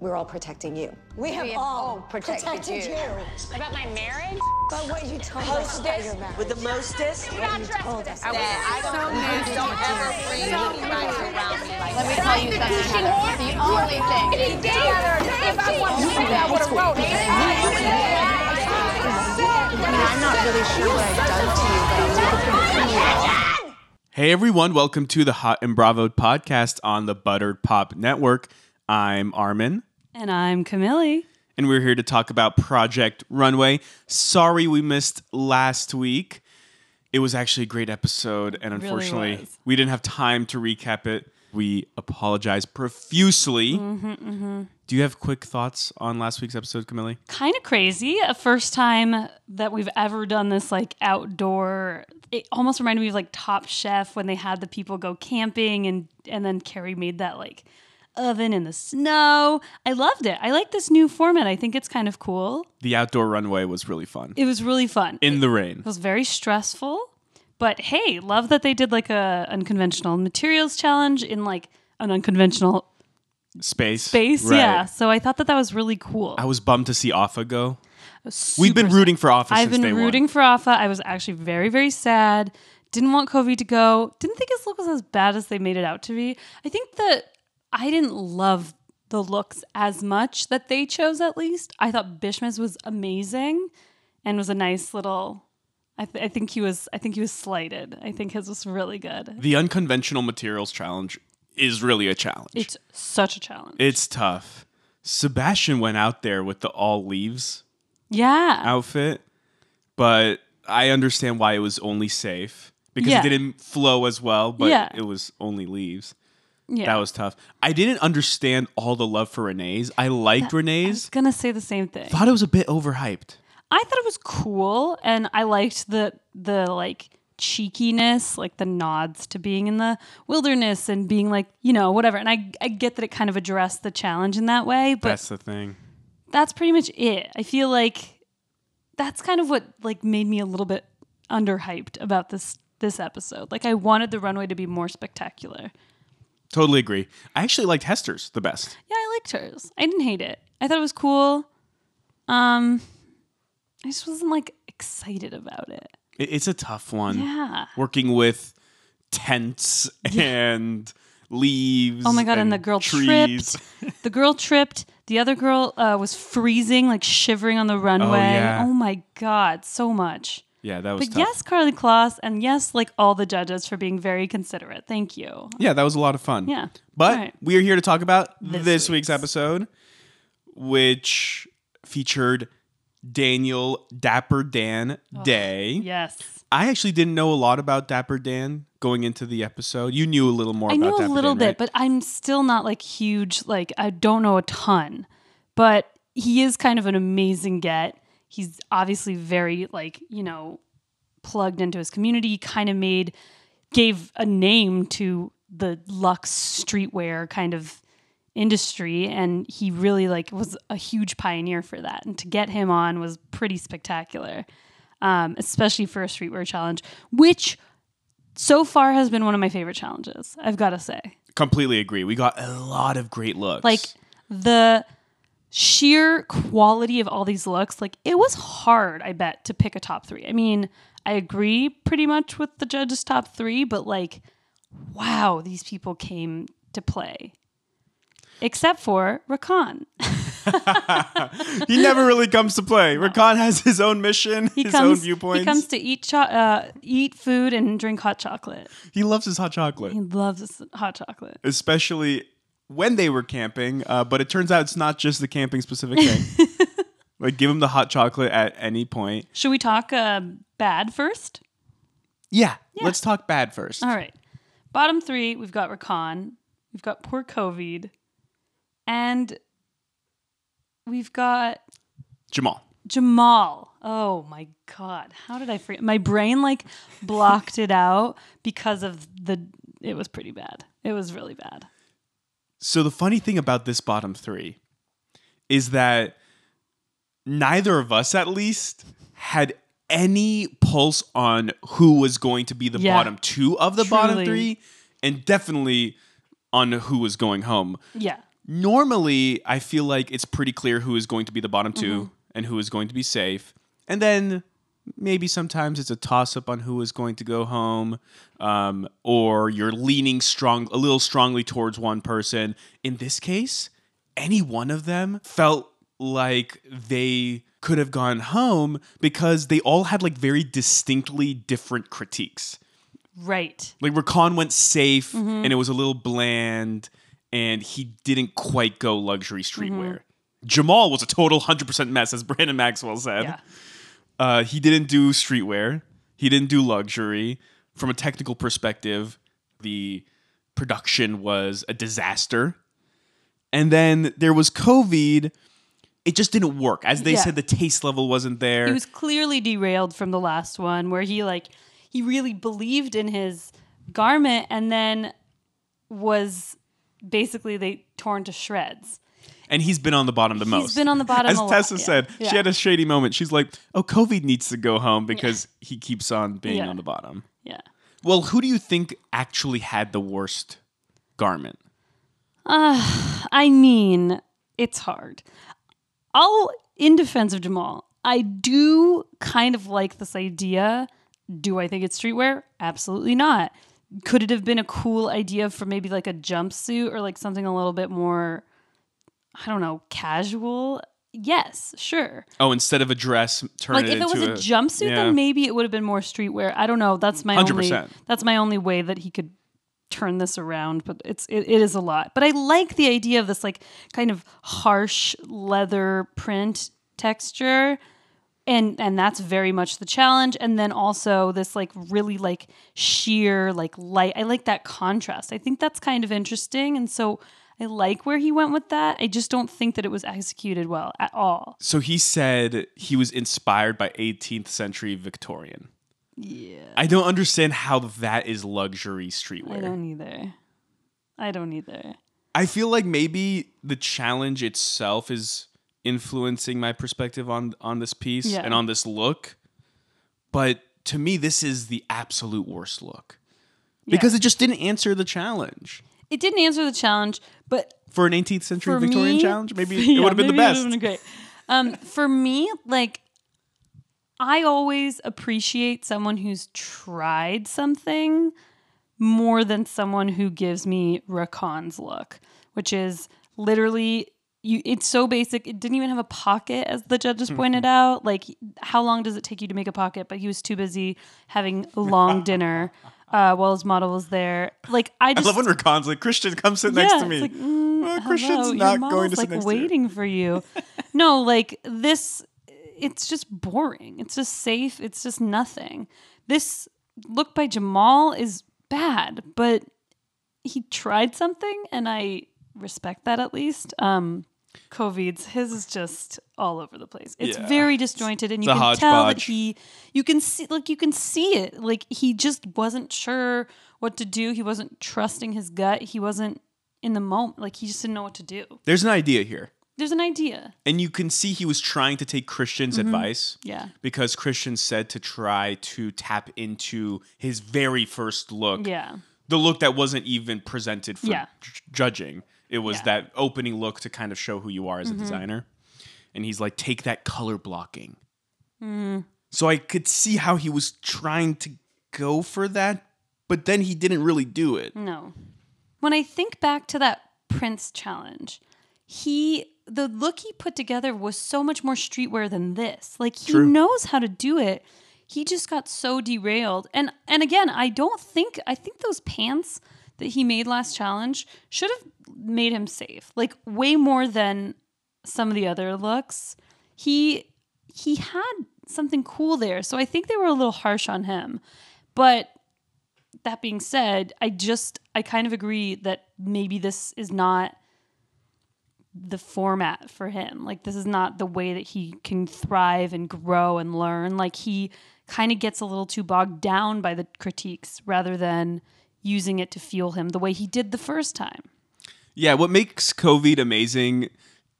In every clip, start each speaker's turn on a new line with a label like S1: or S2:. S1: we're all protecting you.
S2: We have,
S3: We have
S2: all
S3: all protected
S2: protected
S3: you.
S2: you.
S3: About my marriage?
S2: But what you told us about
S4: Hostess
S2: your marriage.
S4: with the mostest.
S3: Not dressed for this.
S5: I don't, don't ever bring anybody around me like that.
S6: Let me tell you something, Heather. The only thing.
S3: If I want to say that, I would have wrote it.
S6: I'm not really sure what I've done to you, but I'm
S7: Hey everyone, welcome to the Hot and Bravo podcast on the Buttered Pop Network. I'm Armin,
S8: And I'm Camille.
S7: and we're here to talk about Project Runway. Sorry we missed last week. It was actually a great episode, and
S8: really
S7: unfortunately,
S8: was.
S7: we didn't have time to recap it. We apologize profusely.
S8: Mm-hmm,
S7: Do you have quick thoughts on last week's episode, Camille?
S8: Kind of crazy. A first time that we've ever done this like outdoor. It almost reminded me of like Top Chef when they had the people go camping and and then Carrie made that like oven in the snow. I loved it. I like this new format. I think it's kind of cool.
S7: The outdoor runway was really fun.
S8: It was really fun.
S7: In the rain.
S8: It was very stressful, but hey, love that they did like a unconventional materials challenge in like an unconventional
S7: Space.
S8: space.
S7: Right.
S8: Yeah, so I thought that that was really cool.
S7: I was bummed to see Offa go.
S8: Super
S7: We've been rooting for Offa
S8: I've
S7: since
S8: been
S7: day one.
S8: rooting for Afa. I was actually very, very sad. Didn't want Kobe to go. Didn't think his look was as bad as they made it out to be. I think that I didn't love the looks as much that they chose. At least I thought Bishmas was amazing and was a nice little. I, th- I think he was. I think he was slighted. I think his was really good.
S7: The unconventional materials challenge is really a challenge. It's,
S8: It's such a challenge.
S7: tough. Sebastian went out there with the all leaves
S8: yeah.
S7: outfit, but I understand why it was only safe because
S8: Yeah.
S7: it didn't flow as well, but
S8: Yeah.
S7: it was only leaves.
S8: yeah.
S7: That was tough. I didn't understand all the love for Renee's. I liked
S8: I
S7: Renee's.
S8: was gonna say the same thing.
S7: Thought it was a bit overhyped.
S8: I thought it was cool and I liked the the like cheekiness, like the nods to being in the wilderness and being like, you know, whatever. And I I get that it kind of addressed the challenge in that way, but
S7: That's the thing.
S8: that's pretty much it. I feel like that's kind of what like made me a little bit underhyped about this this episode. Like I wanted the runway to be more spectacular.
S7: Totally agree. I actually liked Hester's the best.
S8: Yeah, I liked hers. I didn't hate it. I thought it was cool. Um I just wasn't like excited about it.
S7: It- It's a tough one.
S8: Yeah.
S7: working with tents and leaves.
S8: Oh my god! And, the girl
S7: trees.
S8: tripped. The girl tripped. The other girl uh, was freezing, like shivering on the runway.
S7: yeah.
S8: Oh my god! So much.
S7: Yeah, that was
S8: But
S7: tough.
S8: yes, Carly Kloss, and yes, like all the judges for being very considerate. Thank you.
S7: Yeah, that was a lot of fun.
S8: Yeah.
S7: But
S8: All right.
S7: we are here to talk about this,
S8: This
S7: week's
S8: week's.
S7: episode, which featured Daniel Dapper Dan
S8: Oh,
S7: Day.
S8: Yes,
S7: I actually didn't know a lot about Dapper Dan going into the episode. You knew a little more
S8: I
S7: about
S8: knew a
S7: Dapper
S8: little
S7: Dan,
S8: bit,
S7: right?
S8: but I'm still not like huge. Like I don't know a ton, but he is kind of an amazing get. He's obviously very like you know plugged into his community, kind of made, gave a name to the luxe streetwear kind of industry. And he really like was a huge pioneer for that. And to get him on was pretty spectacular, um, especially for a streetwear challenge, which so far has been one of my favorite challenges, I've got to say.
S7: Completely agree. We got a lot of great looks.
S8: Like the sheer quality of all these looks, like it was hard, I bet, to pick a top three. I mean, I agree pretty much with the judges' top three, but like, wow, these people came to play. Except for Rakan.
S7: he never really comes to play. Rakan has his own mission,
S8: Uh, He
S7: his own
S8: comes.
S7: viewpoints.
S8: He comes to eat cho- uh, eat food and drink hot chocolate.
S7: He loves his hot chocolate.
S8: He loves hot chocolate.
S7: especially when they were camping. Uh, but it turns out it's not just the camping specific thing. like, give him the hot chocolate at any point.
S8: Should we talk uh, bad first?
S7: Yeah, let's talk bad first.
S8: All right. Bottom three, we've got Rakan, we've got poor COVID, and we've got
S7: Jamal.
S8: Jamal. Oh my God. How did I forget? My brain like blocked it out because of the, it was pretty bad. It was really bad.
S7: So, the funny thing about this bottom three is that neither of us, at least, had any pulse on who was going to be the
S8: Yeah.
S7: bottom two of the bottom
S8: Truly.
S7: three, and definitely on who was going home.
S8: Yeah.
S7: normally I feel like it's pretty clear who is going to be the bottom 2 and who is going to be safe. And then maybe sometimes it's a toss up on who is going to go home um, or you're leaning strong a little strongly towards one person. In this case, any one of them felt like they could have gone home because they all had like very distinctly different critiques
S8: Right.
S7: like Rakan went safe
S8: Mm-hmm.
S7: and it was a little bland and he didn't quite go luxury
S8: Mm-hmm.
S7: streetwear. Jamal was a total 100% mess, as Brandon Maxwell said.
S8: Yeah.
S7: Uh, he didn't do streetwear, he didn't do luxury. From a technical perspective, the production was a disaster. And then there was COVID. It just didn't work. As they
S8: Yeah.
S7: said, the taste level wasn't there.
S8: He was clearly derailed from the last one where he like he really believed in his garment and then was basically they torn to shreds.
S7: and he's been on the bottom the most.
S8: been on the bottom
S7: As
S8: a lot,
S7: Tessa
S8: yeah.
S7: said,
S8: Yeah.
S7: she had a shady moment. She's like, "Oh, COVID needs to go home because he keeps on being
S8: Yeah.
S7: on the bottom."
S8: Yeah.
S7: Well, who do you think actually had the worst garment?
S8: I mean, it's hard. I'll in defense of Jamal, I do kind of like this idea. Do I think it's streetwear? Absolutely not. Could it have been a cool idea for maybe like a jumpsuit or like something a little bit more I don't know, casual? Yes, sure.
S7: Oh, instead of a dress, turn
S8: Like
S7: it
S8: if it
S7: into
S8: was a, jumpsuit,
S7: yeah.
S8: then maybe it would have been more streetwear. I don't know. That's my only
S7: 100%.
S8: that's my only way that he could turn this around. But it's it, it is a lot. But I like the idea of this like kind of harsh leather print texture. And and that's very much the challenge. And then also this like really like sheer, like light. I like that contrast. I think that's kind of interesting. And so I like where he went with that. I just don't think that it was executed well at all.
S7: So he said he was inspired by 18th century Victorian. Yeah. I don't understand how that is luxury streetwear.
S8: I don't either. I don't either.
S7: I feel like maybe the challenge itself is influencing my perspective on on this piece
S8: Yeah.
S7: and on this look. But to me, this is the absolute worst look because it just didn't answer the challenge
S8: It didn't answer the challenge, but
S7: for an 18th century
S8: for
S7: Victorian
S8: me,
S7: challenge. Maybe
S8: Yeah,
S7: it would have been the
S8: maybe it would've
S7: best.
S8: been great. Um, for me, like I always appreciate someone who's tried something more than someone who gives me Rakan's look, which is literally you. It's so basic. It didn't even have a pocket, as the judges
S7: Mm-hmm.
S8: pointed out. Like, how long does it take you to make a pocket? But he was too busy having a long dinner. Uh, while his model was there, like I
S7: I
S8: just
S7: love when Rakan's like Christian, come sit next to
S8: it's
S7: me.
S8: Like, mm,
S7: Well, Christian's
S8: hello,
S7: not
S8: your mom's
S7: going to sit
S8: like
S7: next to you.
S8: waiting for you. no, like this, it's just boring. It's just safe. It's just nothing. This look by Jamal is bad, but he tried something, and I respect that at least. Um, Covid's his is just all over the place. It's
S7: Yeah.
S8: very disjointed, and you
S7: It's a
S8: can tell that
S7: hodgepodge.
S8: he, you can see, like you can see it. Like he just wasn't sure what to do. He wasn't trusting his gut. He wasn't in the moment. Like he just didn't know what to do.
S7: There's an idea here,
S8: There's an idea.
S7: and you can see he was trying to take Christian's advice.
S8: Mm-hmm. Yeah.
S7: Because Christian said to try to tap into his very first look.
S8: Yeah.
S7: the look that wasn't even presented for
S8: Yeah.
S7: j- judging. It was
S8: Yeah. Mm-hmm.
S7: that opening look to kind of show who you are as a designer. And he's like, take that color blocking.
S8: Mm.
S7: So I could see how he was trying to go for that, but then he didn't really do it.
S8: No. When I think back to that Prince challenge, he the look he put together was so much more streetwear than this. Like he
S7: True.
S8: knows how to do it. He just got so derailed. And and again, I don't think I think those pants that he made last challenge should have made him safe. Like way more than some of the other looks. He he had something cool there. So I think they were a little harsh on him. But that being said, I just I kind of agree that maybe this is not the format for him. Like this is not the way that he can thrive and grow and learn. Like he kind of gets a little too bogged down by the critiques rather than using it to fuel him the way he did the first time.
S7: Yeah, what makes COVID amazing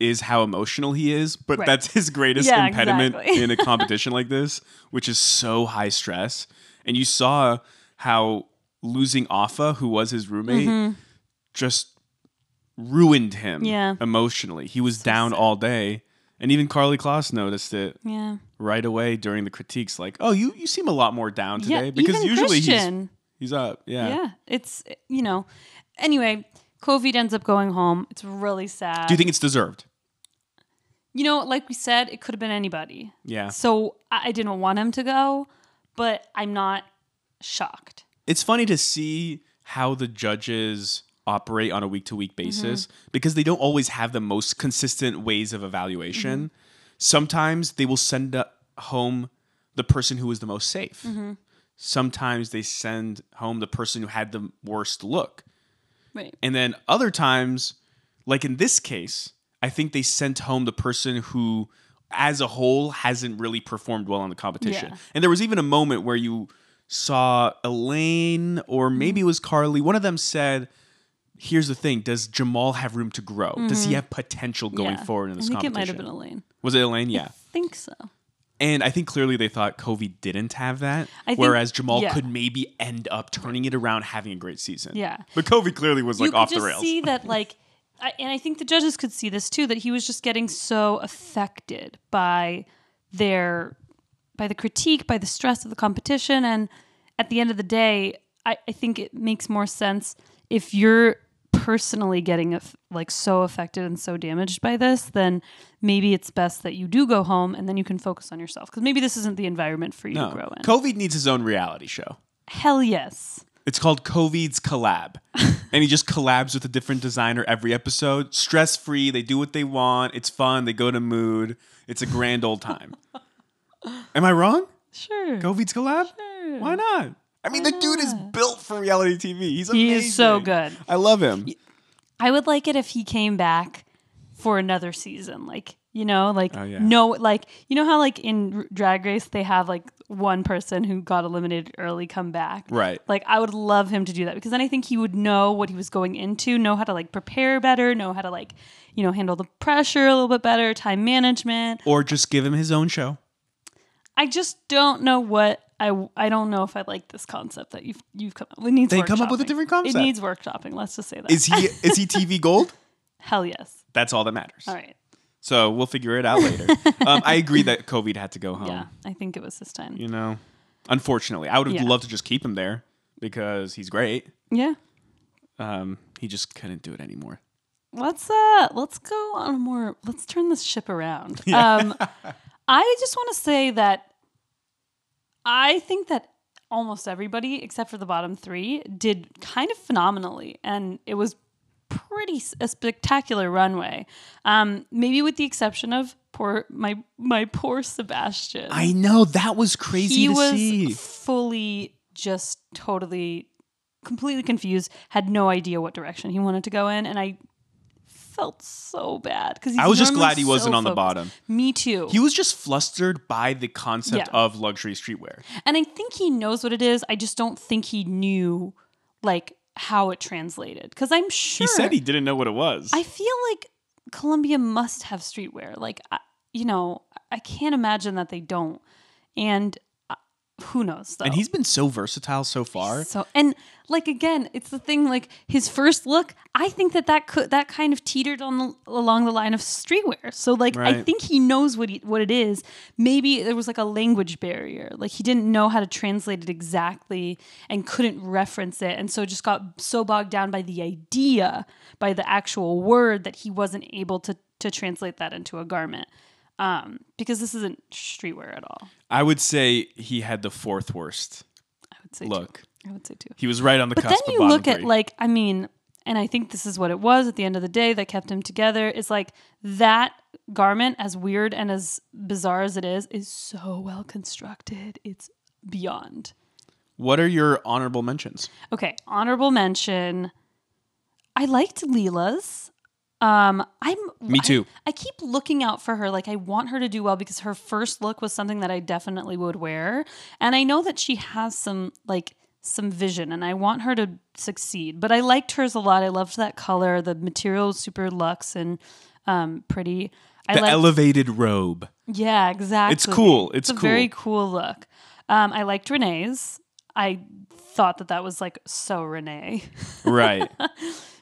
S7: is how emotional he is, but
S8: Right.
S7: that's his greatest
S8: Yeah,
S7: impediment
S8: exactly.
S7: in a competition like this, which is so high stress. And you saw
S8: Mm-hmm.
S7: how losing Alpha, who was his roommate, just ruined him
S8: Yeah.
S7: emotionally. He was down all day. And even Carly Kloss noticed it
S8: Yeah.
S7: right away during the critiques, like, oh, you, you seem a lot more down
S8: Yeah,
S7: today. because
S8: even
S7: usually he's
S8: Christian.
S7: he's up. Yeah.
S8: Yeah. It's, you know, anyway, Covid ends up going home. It's really sad.
S7: Do you think it's deserved?
S8: you know, like we said, it could have been anybody.
S7: Yeah.
S8: So I I didn't want him to go, but I'm not shocked.
S7: it's funny to see how the judges operate on a week to week basis because they don't always have the most consistent ways of evaluation. Sometimes they will send up home the person who was the most safe. Sometimes they send home the person who had the worst look.
S8: Right.
S7: And then other times, like in this case, I think they sent home the person who, as a whole, hasn't really performed well on the competition.
S8: Yeah.
S7: And there was even a moment where you saw Elaine or maybe
S8: Mm.
S7: it was Carly, one of them said, Here's the thing. Does Jamal have room to grow? Does he have potential going
S8: Mm-hmm. Yeah.
S7: forward in this
S8: I think it
S7: competition?
S8: might have been Elaine.
S7: Was it Elaine? Yeah.
S8: think so.
S7: And I think clearly they thought Covey didn't have that,
S8: I think-
S7: whereas Jamal
S8: yeah.
S7: could maybe end up turning it around, having a great season.
S8: Yeah.
S7: But Covey clearly was like
S8: you
S7: off
S8: could
S7: the
S8: just
S7: rails.
S8: see that like I, and i think the judges could see this too that he was just getting so affected by their by the critique by the stress of the competition and at the end of the day i, I think it makes more sense if you're personally getting aff- like so affected and so damaged by this then maybe it's best that you do go home and then you can focus on yourself because maybe this isn't the environment for you to grow
S7: No.
S8: in
S7: Covey needs his own reality show.
S8: hell yes
S7: It's called Covey's Collab. and he just collabs with a different designer every episode. Stress free. They do what they want. It's fun. They go to mood. It's a grand old time. Am I wrong?
S8: sure
S7: Covey's Collab? Why not? I mean, the dude is built for reality TV. He's amazing.
S8: He is so good.
S7: I love him.
S8: I would like it if he came back for another season. Like, you know, like
S7: Oh, yeah.
S8: no like you know how like in R- Drag Race they have like one person who got eliminated early come back.
S7: Right.
S8: Like I would love him to do that because then I think he would know what he was going into, know how to like prepare better, know how to like, you know, handle the pressure a little bit better, time management.
S7: Or just give him his own show.
S8: I just don't know what I, I don't know if I like this concept that you've you've come up with. It needs
S7: They come up with a
S8: workshopping.
S7: different concept.
S8: It needs workshopping. Let's just say that.
S7: Is he is he TV gold?
S8: Hell yes.
S7: That's all that matters.
S8: All right.
S7: So we'll figure it out later. um, I agree that Covey had to go home.
S8: Yeah, I think it was this time.
S7: you know. Unfortunately, I would have
S8: Yeah.
S7: loved to just keep him there because he's great.
S8: Yeah.
S7: Um, he just couldn't do it anymore.
S8: Let's uh let's go on a more let's turn this ship around. Um I just want to say that I think that almost everybody except for the bottom 3 did kind of phenomenally and it was pretty s- a spectacular runway. Um maybe with the exception of poor my my poor Sebastian.
S7: I know that was crazy
S8: he
S7: to
S8: was
S7: see.
S8: fully just totally completely confused had no idea what direction he wanted to go in and i felt so bad because
S7: I was just glad he wasn't on the bottom.
S8: me too
S7: He was just flustered by the concept
S8: Yeah.
S7: of luxury streetwear.
S8: and i think he knows what it is i just don't think he knew like how it translated because i'm sure
S7: He said he didn't know what it was.
S8: I feel like Columbia must have streetwear. Like, I, you know, I can't imagine that they don't. And uh, who knows? Though.
S7: and he's been so versatile so far.
S8: So and like again, it's the thing like his first look. I think that that could that kind of teetered on the, along the line of streetwear. So like I
S7: Right.
S8: think he knows what he, what it is. Maybe there was like a language barrier. Like he didn't know how to translate it exactly and couldn't reference it, and so just got so bogged down by the idea, by the actual word that he wasn't able to to translate that into a garment. Um, because this isn't streetwear at all.
S7: I would say he had the fourth worst
S8: I would say
S7: look.
S8: Too. I would say too.
S7: He was right on the
S8: But then
S7: cusp of
S8: you
S7: bottom
S8: look at
S7: three.
S8: like I mean, and I think this is what it was at the end of the day that kept him together. Is like that garment, as weird and as bizarre as it is, is so well constructed. It's beyond.
S7: what are your honorable mentions?
S8: Okay, honorable mention. I liked Leela's. Um, I'm
S7: Me too.
S8: I, I keep looking out for her. Like I want her to do well because her first look was something that I definitely would wear, and I know that she has some like some vision, and I want her to succeed. But I liked hers a lot. I loved that color. The material was super luxe and um, pretty. I
S7: The
S8: liked-
S7: elevated robe.
S8: yeah, exactly.
S7: cool. It's
S8: a
S7: cool.
S8: very cool look. Um, I liked Renee's. I thought that that was like so Renee.
S7: Right.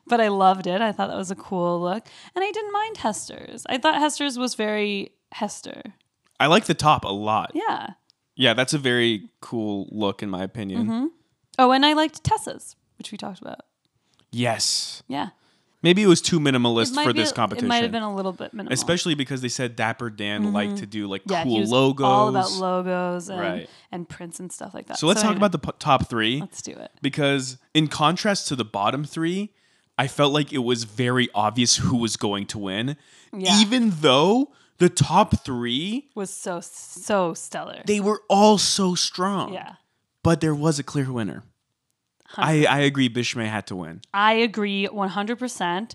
S8: but I loved it. I thought that was a cool look. And I didn't mind Hester's. I thought Hester's was very Hester.
S7: I like the top a lot. Yeah,
S8: Yeah.
S7: that's a very cool look in my opinion.
S8: Oh, and I liked Tessa's, which we talked about.
S7: Yes.
S8: Yeah.
S7: Maybe it was too minimalist
S8: Might
S7: for
S8: be-
S7: this competition.
S8: It might have been a little bit minimal.
S7: Especially because they said Dapper Dan liked to do like
S8: yeah, he
S7: cool
S8: was
S7: logos.
S8: All about logos and,
S7: Right.
S8: and prints and stuff like that.
S7: So let's talk
S8: anyway,
S7: about the p- top three
S8: Let's do it.
S7: because, in contrast to the bottom three, I felt like it was very obvious who was going to win,
S8: Yeah.
S7: even though the top three
S8: Was so so stellar.
S7: they were all so strong.
S8: yeah.
S7: but there was a clear winner. I, I agree. Bishmay had to win.
S8: I agree 100%.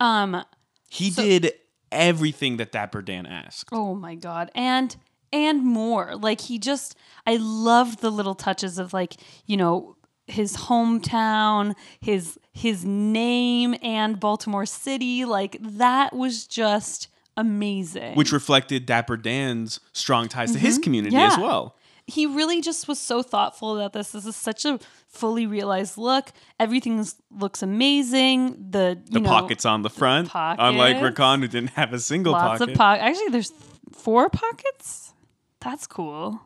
S8: Um
S7: He did everything that Dapper Dan asked.
S8: Oh my god. And and more. Like he just I loved the little touches of like, you know, his hometown, his his name and Baltimore City. Like that was just amazing.
S7: Which reflected Dapper Dan's strong ties to his community as
S8: Mm-hmm. Yeah.
S7: well.
S8: he really just was so thoughtful about this. This is such a fully realized look. Everything is- looks amazing. The you
S7: The
S8: know,
S7: pockets on the front, unlike
S8: pockets.
S7: Rakan, who didn't have a single
S8: lots
S7: pocket.
S8: of pockets. Actually, there's four pockets. That's cool.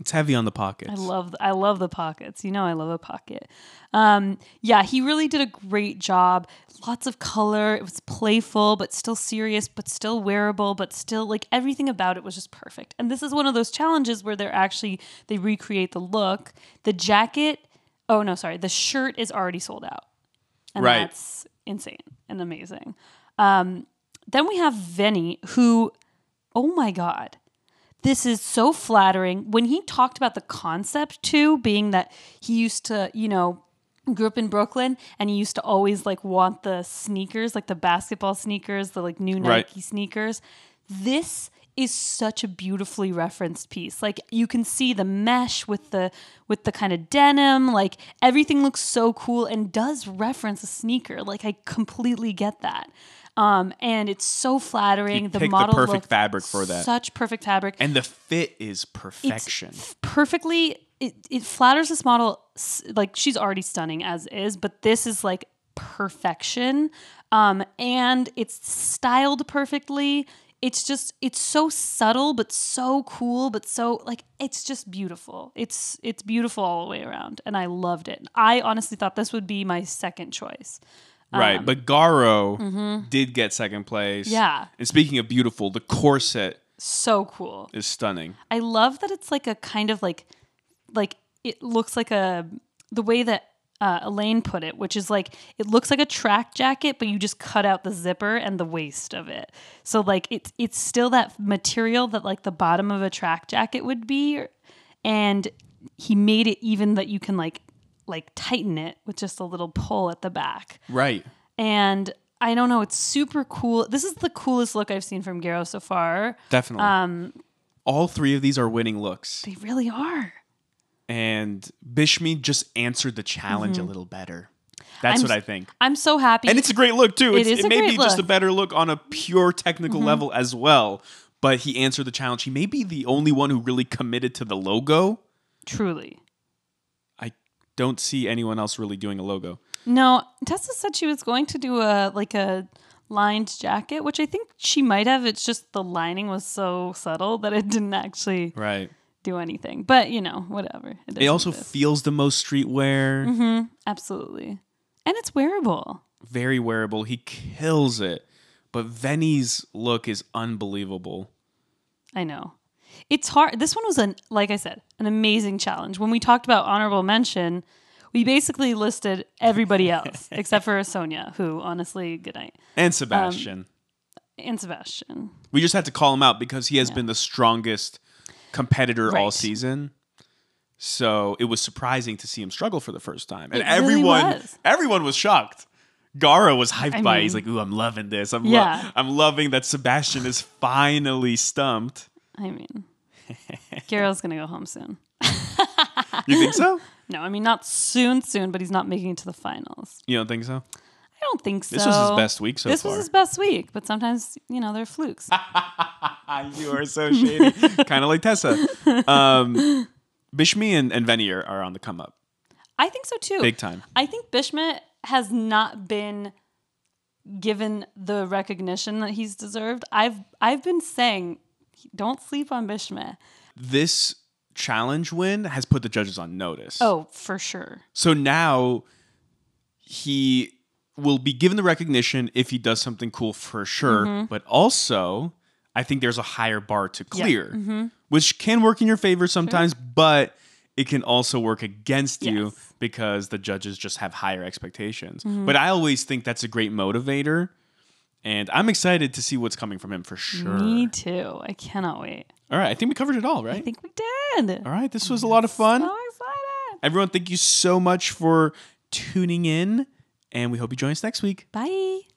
S7: it's heavy on the pockets.
S8: I love I love the pockets. You know I love a pocket. Um, yeah, he really did a great job. Lots of color. It was playful but still serious, but still wearable, but still like everything about it was just perfect. And this is one of those challenges where they're actually they recreate the look. The jacket, oh no, sorry, the shirt is already sold out. And
S7: Right.
S8: that's insane and amazing. Um, then we have Venny who oh my god this is so flattering when he talked about the concept too being that he used to you know grew up in brooklyn and he used to always like want the sneakers like the basketball sneakers the like new nike
S7: Right.
S8: sneakers this is such a beautifully referenced piece like you can see the mesh with the with the kind of denim like everything looks so cool and does reference a sneaker like i completely get that um, and it's so flattering the
S7: picked the
S8: model
S7: perfect
S8: looked
S7: fabric for that.
S8: such perfect fabric
S7: and the fit is perfection.
S8: it's perfectly it, it flatters this model s- like she's already stunning as is but this is like perfection um and it's styled perfectly it's just it's so subtle but so cool but so like it's just beautiful it's it's beautiful all the way around and i loved it i honestly thought this would be my second choice um,
S7: right. But Garo did get second place.
S8: mm-hmm. Yeah.
S7: And speaking of beautiful, the corset
S8: so cool
S7: is stunning.
S8: I love that it's like a kind of like like it looks like a the way that uh, Elaine put it, which is like it looks like a track jacket, but you just cut out the zipper and the waist of it. So like it's it's still that material that like the bottom of a track jacket would be, and he made it even that you can like like tighten it with just a little pull at the back
S7: Right.
S8: and. I don't know. It's super cool. This is the coolest look I've seen from Garo so far.
S7: Definitely.
S8: Um,
S7: All three of these are winning looks.
S8: They really are.
S7: And Bishmi just answered the challenge a little better. That's
S8: Mm-hmm. I'm
S7: what
S8: s-
S7: I think.
S8: I'm so happy.
S7: And it's a great look too.
S8: It
S7: It's,
S8: is a
S7: may
S8: great
S7: be just a
S8: look. Mm-hmm.
S7: better look on a pure technical level as well. But he answered the challenge. He may be the only one who really committed to the logo.
S8: Truly.
S7: I don't see anyone else really doing a logo.
S8: No, Tessa said she was going to do a like a lined jacket, which I think she might have. It's just the lining was so subtle that it didn't actually
S7: Right.
S8: do anything. But you know, whatever. It, is
S7: It also
S8: what it is.
S7: feels the most streetwear.
S8: Mm-hmm. absolutely, and it's wearable.
S7: Very wearable. He kills it. But Venny's look is unbelievable.
S8: I know. It's hard. This one was an like I said, an amazing challenge. When we talked about honorable mention, we basically listed everybody else except for Sonia, who honestly, good night,
S7: And Sebastian.
S8: and Sebastian.
S7: We just had to call him out because he has been the strongest competitor all
S8: Right.
S7: season. So it was surprising to see him struggle for the first time. And
S8: It really
S7: everyone
S8: was.
S7: everyone was shocked. Gara was hyped
S8: I
S7: by it.
S8: mean-
S7: he's like, ooh, I'm loving this. I'm lo-
S8: Yeah.
S7: I'm loving that Sebastian is finally stumped.
S8: I mean, Garrell's gonna go home soon.
S7: You think so?
S8: No, I mean not soon, soon, but he's not making it to the finals.
S7: You don't think so?
S8: I don't think so.
S7: This was his best week so
S8: this
S7: far.
S8: was his best week, but sometimes you know they're flukes.
S7: Ah, you are so shady. kind of like Tessa. Um, Bishmi and, and Venier are on the come up.
S8: I think so too.
S7: Big time.
S8: I think Bishma has not been given the recognition that he's deserved. I've I've been saying don't sleep on Bishma.
S7: This challenge win has put the judges on notice.
S8: Oh, for sure.
S7: So now he will be given the recognition if he does something cool for sure.
S8: Mm-hmm.
S7: But also, I think there's a higher bar to clear,
S8: Mm-hmm.
S7: which can work in your favor sometimes, but it can also work against you
S8: Yes. Mm-hmm.
S7: because the judges just have higher expectations. But I always think that's a great motivator. And I'm excited to see what's coming from him for sure.
S8: Me too. I cannot wait.
S7: All right. I think we covered it all, right?
S8: I think we did.
S7: all right. This was a lot of fun.
S8: So excited.
S7: Everyone, thank you so much for tuning in, and we hope you join us next week.
S8: Bye.